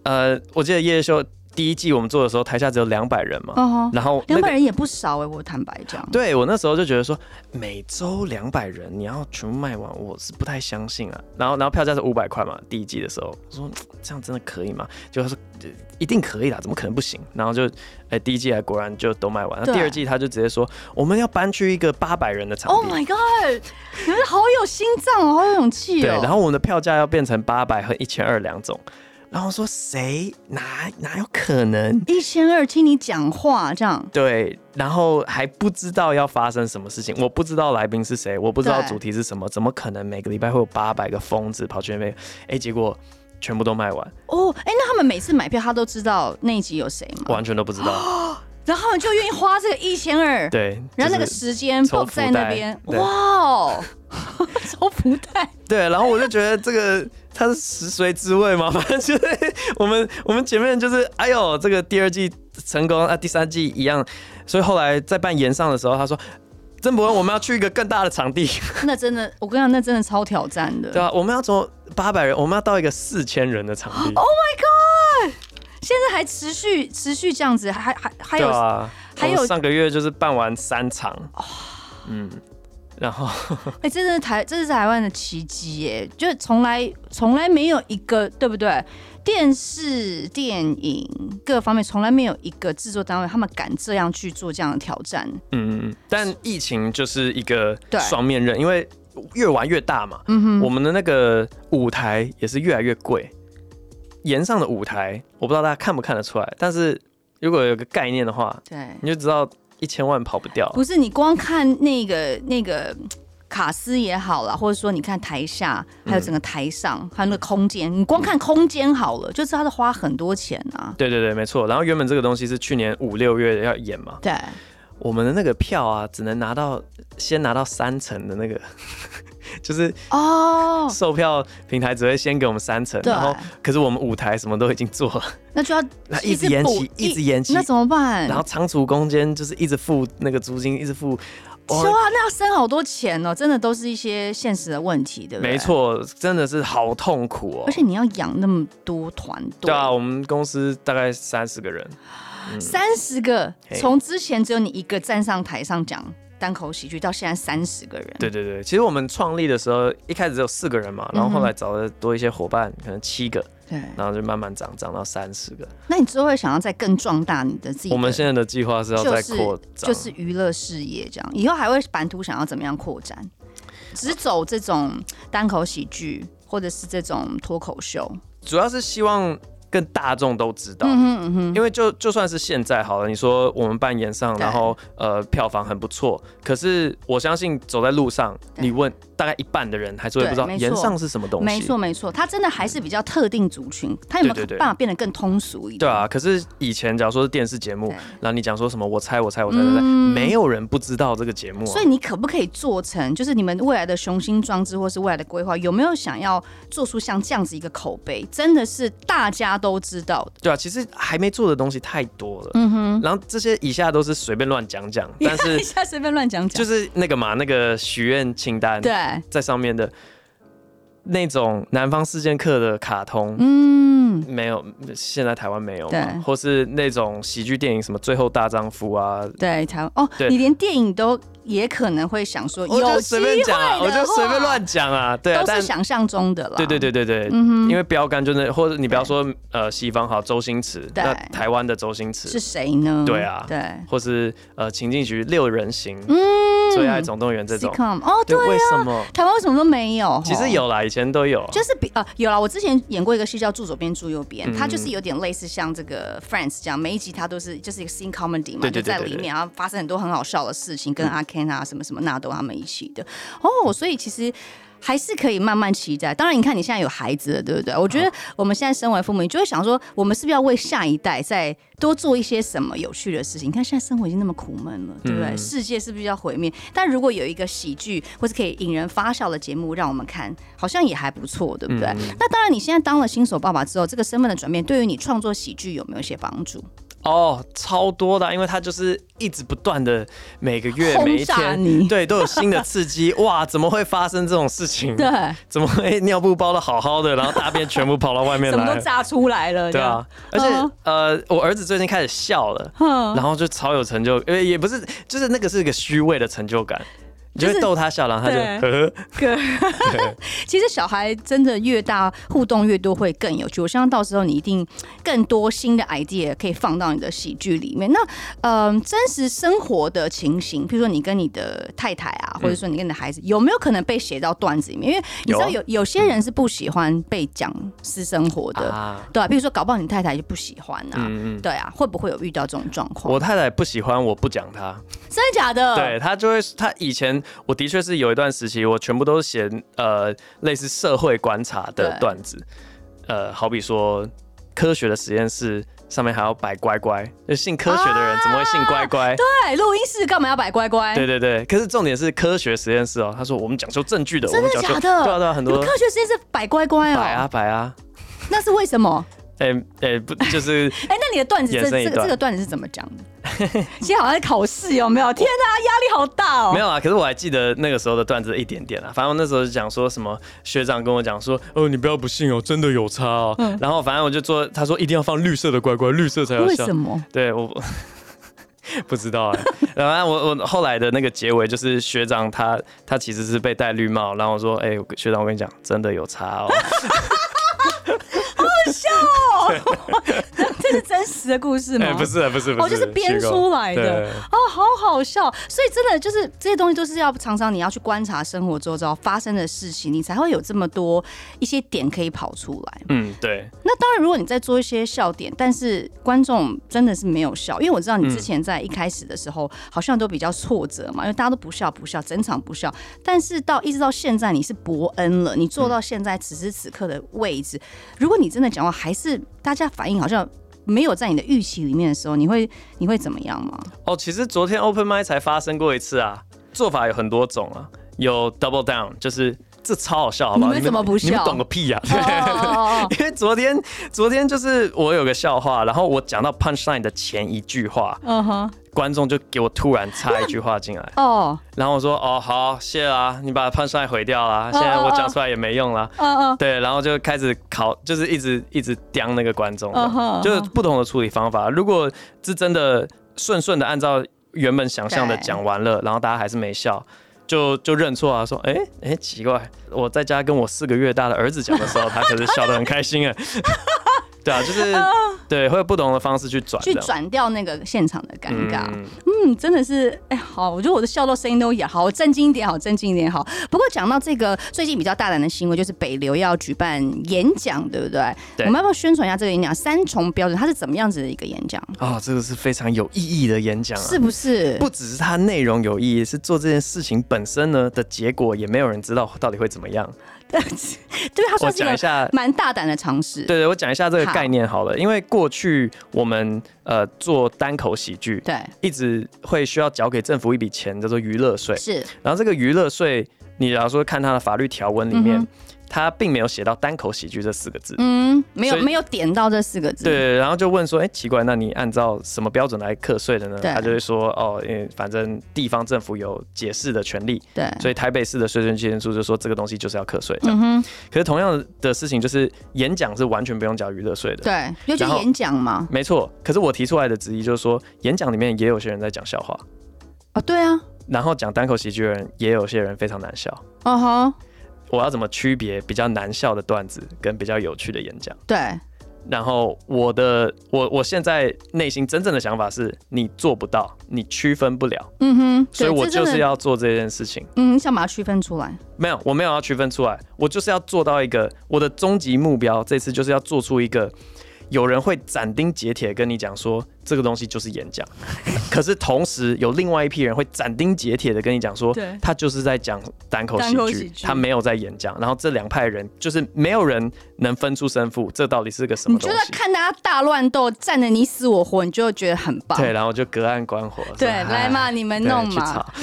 呃，我记得夜夜秀第一季我们做的时候，台下只有两百人嘛，哦吼，然后那两个百人也不少哎、我坦白讲，对我那时候就觉得说，每周两百人，你要全部卖完，我是不太相信啊。然后，然后票价是五百块嘛，第一季的时候，我说嘖这样真的可以吗？就他说呃一定可以啦，怎么可能不行？然后就，哎、第一季还果然就都卖完，那对第二季他就直接说，我们要搬去一个八百人的场 Oh 地。 my god！你们好有心脏哦，好有勇气对，哦。然后我们的票价要变成八百和一千二两种，然后我说谁哪哪有可能？一千二听你讲话这样，对，然后还不知道要发生什么事情，我不知道来宾是谁，我不知道对主题是什么，怎么可能每个礼拜会有八百个疯子跑去那边？哎，结果全部都卖完，哦，哎、那他们每次买票，他都知道那一集有谁吗？完全都不知道。然后他们就愿意花这个一千二，对，哦然后就那个是时间抽 book 福在那边，袋对哇 哦，抽福袋，对，然后我就觉得这个它是食髓知味嘛，反正就是 我们我们前面就是哎呦，这个第二季成功啊，第三季一样，所以后来在办延上的时候，他说。曾伯恩，我们要去一个更大的场地， 那真的，我跟你讲，那真的超挑战的。对啊吧、我们要从八百人，我们要到一个四千人的场地。现在还持续持续这样子，还还还对有、啊，还有我们上个月就是办完三场，嗯，然后 哎、真的是台，这是台湾的奇迹耶！就是从来从来没有一个，对不对？电视、电影各方面，从来没有一个制作单位他们敢这样去做这样的挑战。嗯，嗯但疫情就是一个对嗯双面刃，因为越玩越大嘛，我们的那个舞台也是越来越贵。沿上的舞台，我不知道大家看不看得出来，但是如果有个概念的话，对，你就知道一千万跑不掉。不是你光看那个那个嗯卡斯也好啦，或者说你看台下，还有整个台上，还有那个空间，你光看空间好了，就知道他是花很多钱啊。对对对，没错。然后原本这个东西是去年五六月要演嘛，对，我们的那个票啊，只能拿到先拿到三成的那个， 就是 哦，售票平台只会先给我们三成，对然后可是我们舞台什么都已经做 了，那就要那一直延期补一直延期那怎么办？然后仓储空间就是一直付那个租金，一直付。哦哇，那要生好多钱哦，真的都是一些现实的问题，对不对？没。错，真的是好痛苦哦而。且你要养那么多嗯团队，对啊，我们公司大概三十个人，三十个，嘿从之前只有你一个站上台上讲单口喜剧，到现在三十个人，对对对，其实我们创立的时候一开始只有四个人嗯嘛，然后后来找了多一些伙伴，可能七个，对。然后就慢慢涨，涨到三十个。那你之后会想要再更壮大你的自己的？我们现在的计划是要就再是扩张，就是娱乐事业这样，以后还会版图想要怎么样扩展？只走这种单口喜剧，或者是这种脱口秀？主要是希望更大众都知道。嗯嗯哼，因为就就算是现在好了，你说我们办演上，对然后呃票房很不错，可是我相信走在路上，对你问大概一半的人还是会对不知道没错演上是什么东西。没错没错，它真的还是比较特定族群，它有没有对对对办法变得更通俗一点？对啊，可是以前假如说是电视节目对，嗯然后你讲说什么我猜我猜我猜我猜，没有人不知道这个节目、啊。所以你可不可以做成，就是你们未来的雄心壮志，或是未来的规划，有没有想要做出像这样子一个口碑，真的是大家都知道的？对啊，其实还没做的东西太多了。嗯哼。然后这些以下都是随便乱讲讲，但 一是下随便乱讲讲，就是那个嘛，那个许愿清单对在上面的。那种南方四剑客的卡通。嗯，没有，现在台湾没有嘛，对或是那种喜剧电影，什么《最后大丈夫》啊，对，台湾哦，对你连电影都也可能会想说我有就机随会便的讲啊，我就随便话乱讲啊，对啊，都但是想象中的啦。对对，对对对，嗯哼，因为标杆就是，或者你不要说呃西方好，周星驰，对那台湾的周星驰是，谁呢？对啊对，或是呃情境剧《六人行》《嗯最爱总动员》这种， sitcom 哦，对，对，为什么？台湾为什么都没有？其实吼。有啦，以前都有，啊就是比呃有啦，我之前演过一个戏叫《住左边住右边》，嗯它就是有点类似像这个 Friends 这样，每一集它都是就是一个 scene comedy 嘛，对对对就在对对嗯里对面，然后发生很多很好笑的事情，跟阿 Ken 啊什么什么纳豆他们一起的哦，所以其实。还是可以慢慢期待。当然，你看你现在有孩子了，对不对？我觉得我们现在身为父母，你就会想说，我们是不是要为下一代再多做一些什么有趣的事情？你看现在生活已经那么苦闷了，对不对？嗯世界是不是要毁灭？但如果有一个喜剧或是可以引人发笑的节目让我们看，好像也还不错，对不嗯对？那当然，你现在当了新手爸爸之后，这个身份的转变对于你创作喜剧有没有一些帮助？哦，超多的啊，因为它就是一直不断的每个月轰每一炸天，你对，都有新的刺 激，哇，怎么会发生这种事情？对，怎么会尿布包的好好的，然后大便全部跑到外面 什么来都？炸出来了，对啊，而且、嗯呃，我儿子最近开始笑了，这然样，哼，后就超有成就，呃，也不是，就是那个是一个虚伪的成就感，你就就会是逗他笑，然后他就对呵呵，哥，其实小孩真的越大，互动越多会更有趣。我相信到时候你一定更多新的 idea 可以放到你的喜剧里面。那嗯、真实生活的情形，比如说你跟你的太太啊，嗯或者说你跟你的孩子，有没有可能被写到段子里面？因为你知道有有有些人是不喜欢被讲私生活的，啊，对、啊，比如说搞不好你太太就不喜欢啊。嗯嗯。对啊，会不会有遇到这种状况？我太太不喜欢我不讲她，真的假的？对她就会，她以前我的确是有一段时期，我全部都是写呃类似社会观察的对段子，呃，好比说科学的实验室上面还要摆乖乖，就信科学的人怎么会信乖乖？对，录音室干嘛要摆乖乖？对对对，可是重点是科学实验室哦，他说我们讲究证据的，我真的们讲究假的对啊对啊，很你多们科学实验室摆乖乖哦、摆啊摆啊，那是为 什么？哎、哎、不就是哎、那你的段子这衍生一这个段这个段子是怎么讲的？ 其实好像在考试有没有？天哪、压力好大哦、没有啊，可是我还记得那个时候的段子一点点啊。反正我那时候就讲说什么学长跟我讲说，哦，你不要不信哦，真的有差哦。然后反正我就做，他说一定要放绿色的乖乖，绿色才有嗯为效什。么？对，我不知道哎、 然后我我后来的那个结尾就是学长他他其实是被戴绿帽，然后我说，哎、学长我跟你讲，真的有差哦。 这是真实的故事吗？哎、不。是不是不哦，是，就是编虚构出来的对哦，好好笑。所以真的就是这些东西都是要常常你要去观察生活周遭发生的事情，你才会有这么多一些点可以跑出来。嗯，对，那当然，如果你在做一些笑点，但是观众真的是没有笑，因为我知道你之嗯前在一开始的时候、好像都比较挫折嘛，因为大家都不笑不笑，整场不笑。但是到一直到现在，你是伯恩了，你坐到现在此时此刻的位置，如果你真的讲话还是大家反应好像没有在你的预期里面的时候，你会你会怎么样吗？哦，其实昨天 open m i 才发生过一次啊，做法有很多种啊，有 double down，就是这超好笑，好不好？你们怎么不你们笑懂个屁呀、哦哦哦 因为昨天，昨天就是我有个笑话，然后我讲到 punchline 的前一句话，嗯哼，观众就给我突然插一句话进来，哦，然后我说：“哦，好，谢啦，你把 punchline 毁掉啦，现在我讲出来也没用啦。嗯嗯，对，然后就开始考，就是一直一直刁那个观众这样嗯哼就是不同的处理方法。如果是真的顺顺的按照原本想象的对讲完了，然后大家还是没笑。就就认错啊，说哎哎、诶奇怪，我在家跟我四个月大的儿子讲的时候，他可是笑得很开心 哎，对啊，就是对，会有不同的方式去转这嗯去样，转掉那个现场的尴尬。嗯嗯，真的是，哎、好，我觉得我的笑到声音都哑，好我震惊一点，好震惊一点，好。不过讲到这个最近比较大胆的新闻，就是北流要举办演讲，对不对？对我们要不要宣传一下这个演讲？三重标准，它是怎么样子的一个演讲？啊、这个是非常有意义的演讲啊，是不是？不只是它内容有意义，是做这件事情本身呢的结果，也没有人知道到底会怎么样。对，它我算是一 讲一个下，蛮大胆的尝试。对对，我讲一下这个好概念好了，因为过去我们呃做单口喜剧，对，一直会需要缴给政府一笔钱，叫做娱乐税。是然后这个娱乐税你假如说看他的法律条文里面，嗯哼他并没有写到单口喜剧这四个字。嗯，没有所以没有点到这四个字，对，然后就问说，哎、奇怪，那你按照什么标准来课税的呢？对他就会说，哦，因为反正地方政府有解释的权利，对所以台北市的税捐稽征处就说这个东西就是要课税。嗯哼。可是同样的事情，就是演讲是完全不用缴娱乐税的。。对，尤其然后演讲嘛，没错，可是我提出来的质疑就是说，演讲里面也有些人在讲笑话，哦，对啊，然后讲单口喜剧的人也有些人非常难笑。哦吼，我要怎么区别比较难笑的段子跟比较有趣的演讲？对，然后我的我我现在内心真正的想法是，你做不到，你区分不了，嗯哼，所以对我这就是真的要做这件事情。嗯，你想把它区分出来，没有，我没有要区分出来，我就是要做到一个我的终极目标。这次就是要做出一个有人会斩钉截铁跟你讲说这个东西就是演 讲，可是同时有另外一批人会斩钉截铁的跟你讲说对，他就是在讲单口喜单口剧，喜剧他没有在演讲。然后这两派人就是没有人能分出胜负，这到底是个什你么东就西？在看大家大乱斗，战得你死我活，你就会觉得很棒。对，然后就隔岸观火。说对，哎来嘛，你们对弄去嘛吵。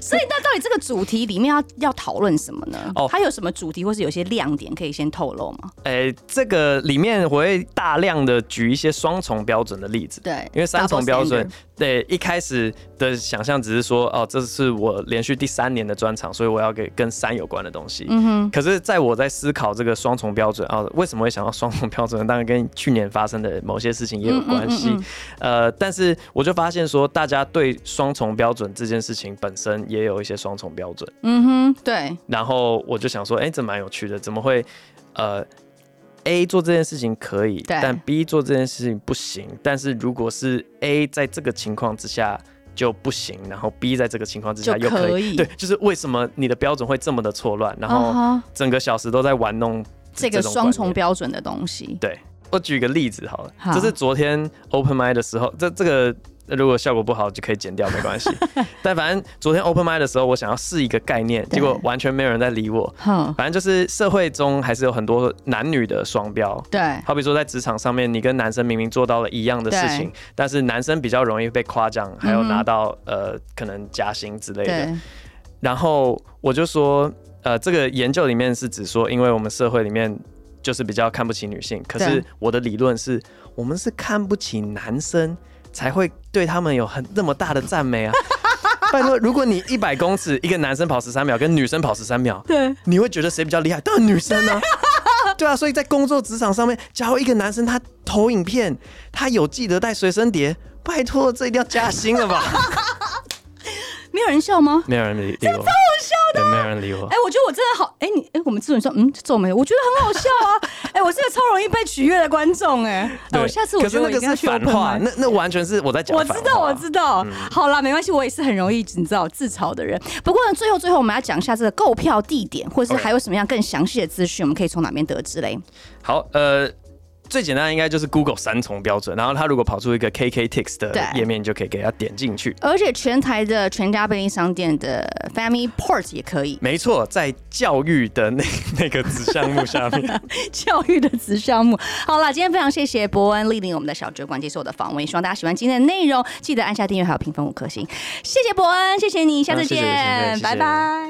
所以，那到底这个主题里面要要讨论什么呢？哦它有什么主题，或是有些亮点可以先透露吗？诶，这个里面我会大量的举一些双重标准的例子，对因为三重标准 double standard，对一开始的想象只是说，哦，这是我连续第三年的专场，所以我要给跟山有关的东西。嗯哼。可是，在我在思考这个双重标准啊、为什么会想到双重标准呢？当然跟去年发生的某些事情也有关嗯系。呃，但是我就发现说，大家对双重标准这件事情本身也有一些双重标准。嗯哼，对，然后我就想说，哎、这蛮有趣的，怎么会，呃，A 做这件事情可以，对但 B 做这件事情不行。但是如果是 A 在这个情况之下就不行，然后 B 在这个情况之下就又可可以，以对，就是为什么你的标准会这么的错乱，然啊后哈整个小时都在玩弄这个种双观重念标准的东西，对，我举个例子好了，好这是昨天 open m i 的时候，这这个如果效果不好就可以剪掉，没关 系。但反正昨天 open m i 的时候，我想要试一个概念，结果完全没有人在理我。哼，反正就是社会中还是有很多男女的双标。对，好比说，在职场上面，你跟男生明明做到了一样的事情对，但是男生比较容易被夸奖，还有嗯哼拿到、呃可能加薪之类的。对，然后我就说，呃，这个研究里面是指说，因为我们社会里面就是比较看不起女性，可是对我的理论是我们是看不起男生，才会对他们有很那么大的赞美啊。 拜托，如果你一百公尺，一个男生跑十三秒，跟女生跑十三秒，对， 你会觉得谁比较厉害？当然女生啊。 对啊，所以在工作职场上面，假如一个男生他投影片，他有记得带随身碟，拜托，这一定要加薪了吧？ 没有人笑吗？没有人理理我，超好笑的，没有人理我。哎、我觉得我真的好，哎、你，哎、我们志文说，嗯，皱眉，我觉得很好笑啊， 哎、我是个超容易被取悦的观众、哎，哎，对，我下次我可觉是得那我一个定要是去反 open 话， mic 那那完全是我在讲我反知话。道，我知道。嗯好啦，没关系，我也是很容易，你知道自嘲的人。不过呢，最后最后我们要讲一下这个购票地点，或是 OK 还有什么样更详细的资讯，我们可以从哪边得知嘞？好，呃。最简单的应该就是 Google 三重标准，然后它如果跑出一个 KKTix 的对页面，你就可以给它点进去。而且全台的全家便利商店的 Family Port 也可以 没错，在教育的那 那个子项目下面，教育的子项目。好啦，今天非常谢谢伯恩莅临我们的小酒馆接受我的访问，也希望大家喜欢今天的内容，记得按下订阅还有评分五颗星。谢谢伯恩，谢谢你，下次嗯谢谢见，谢谢谢谢拜拜。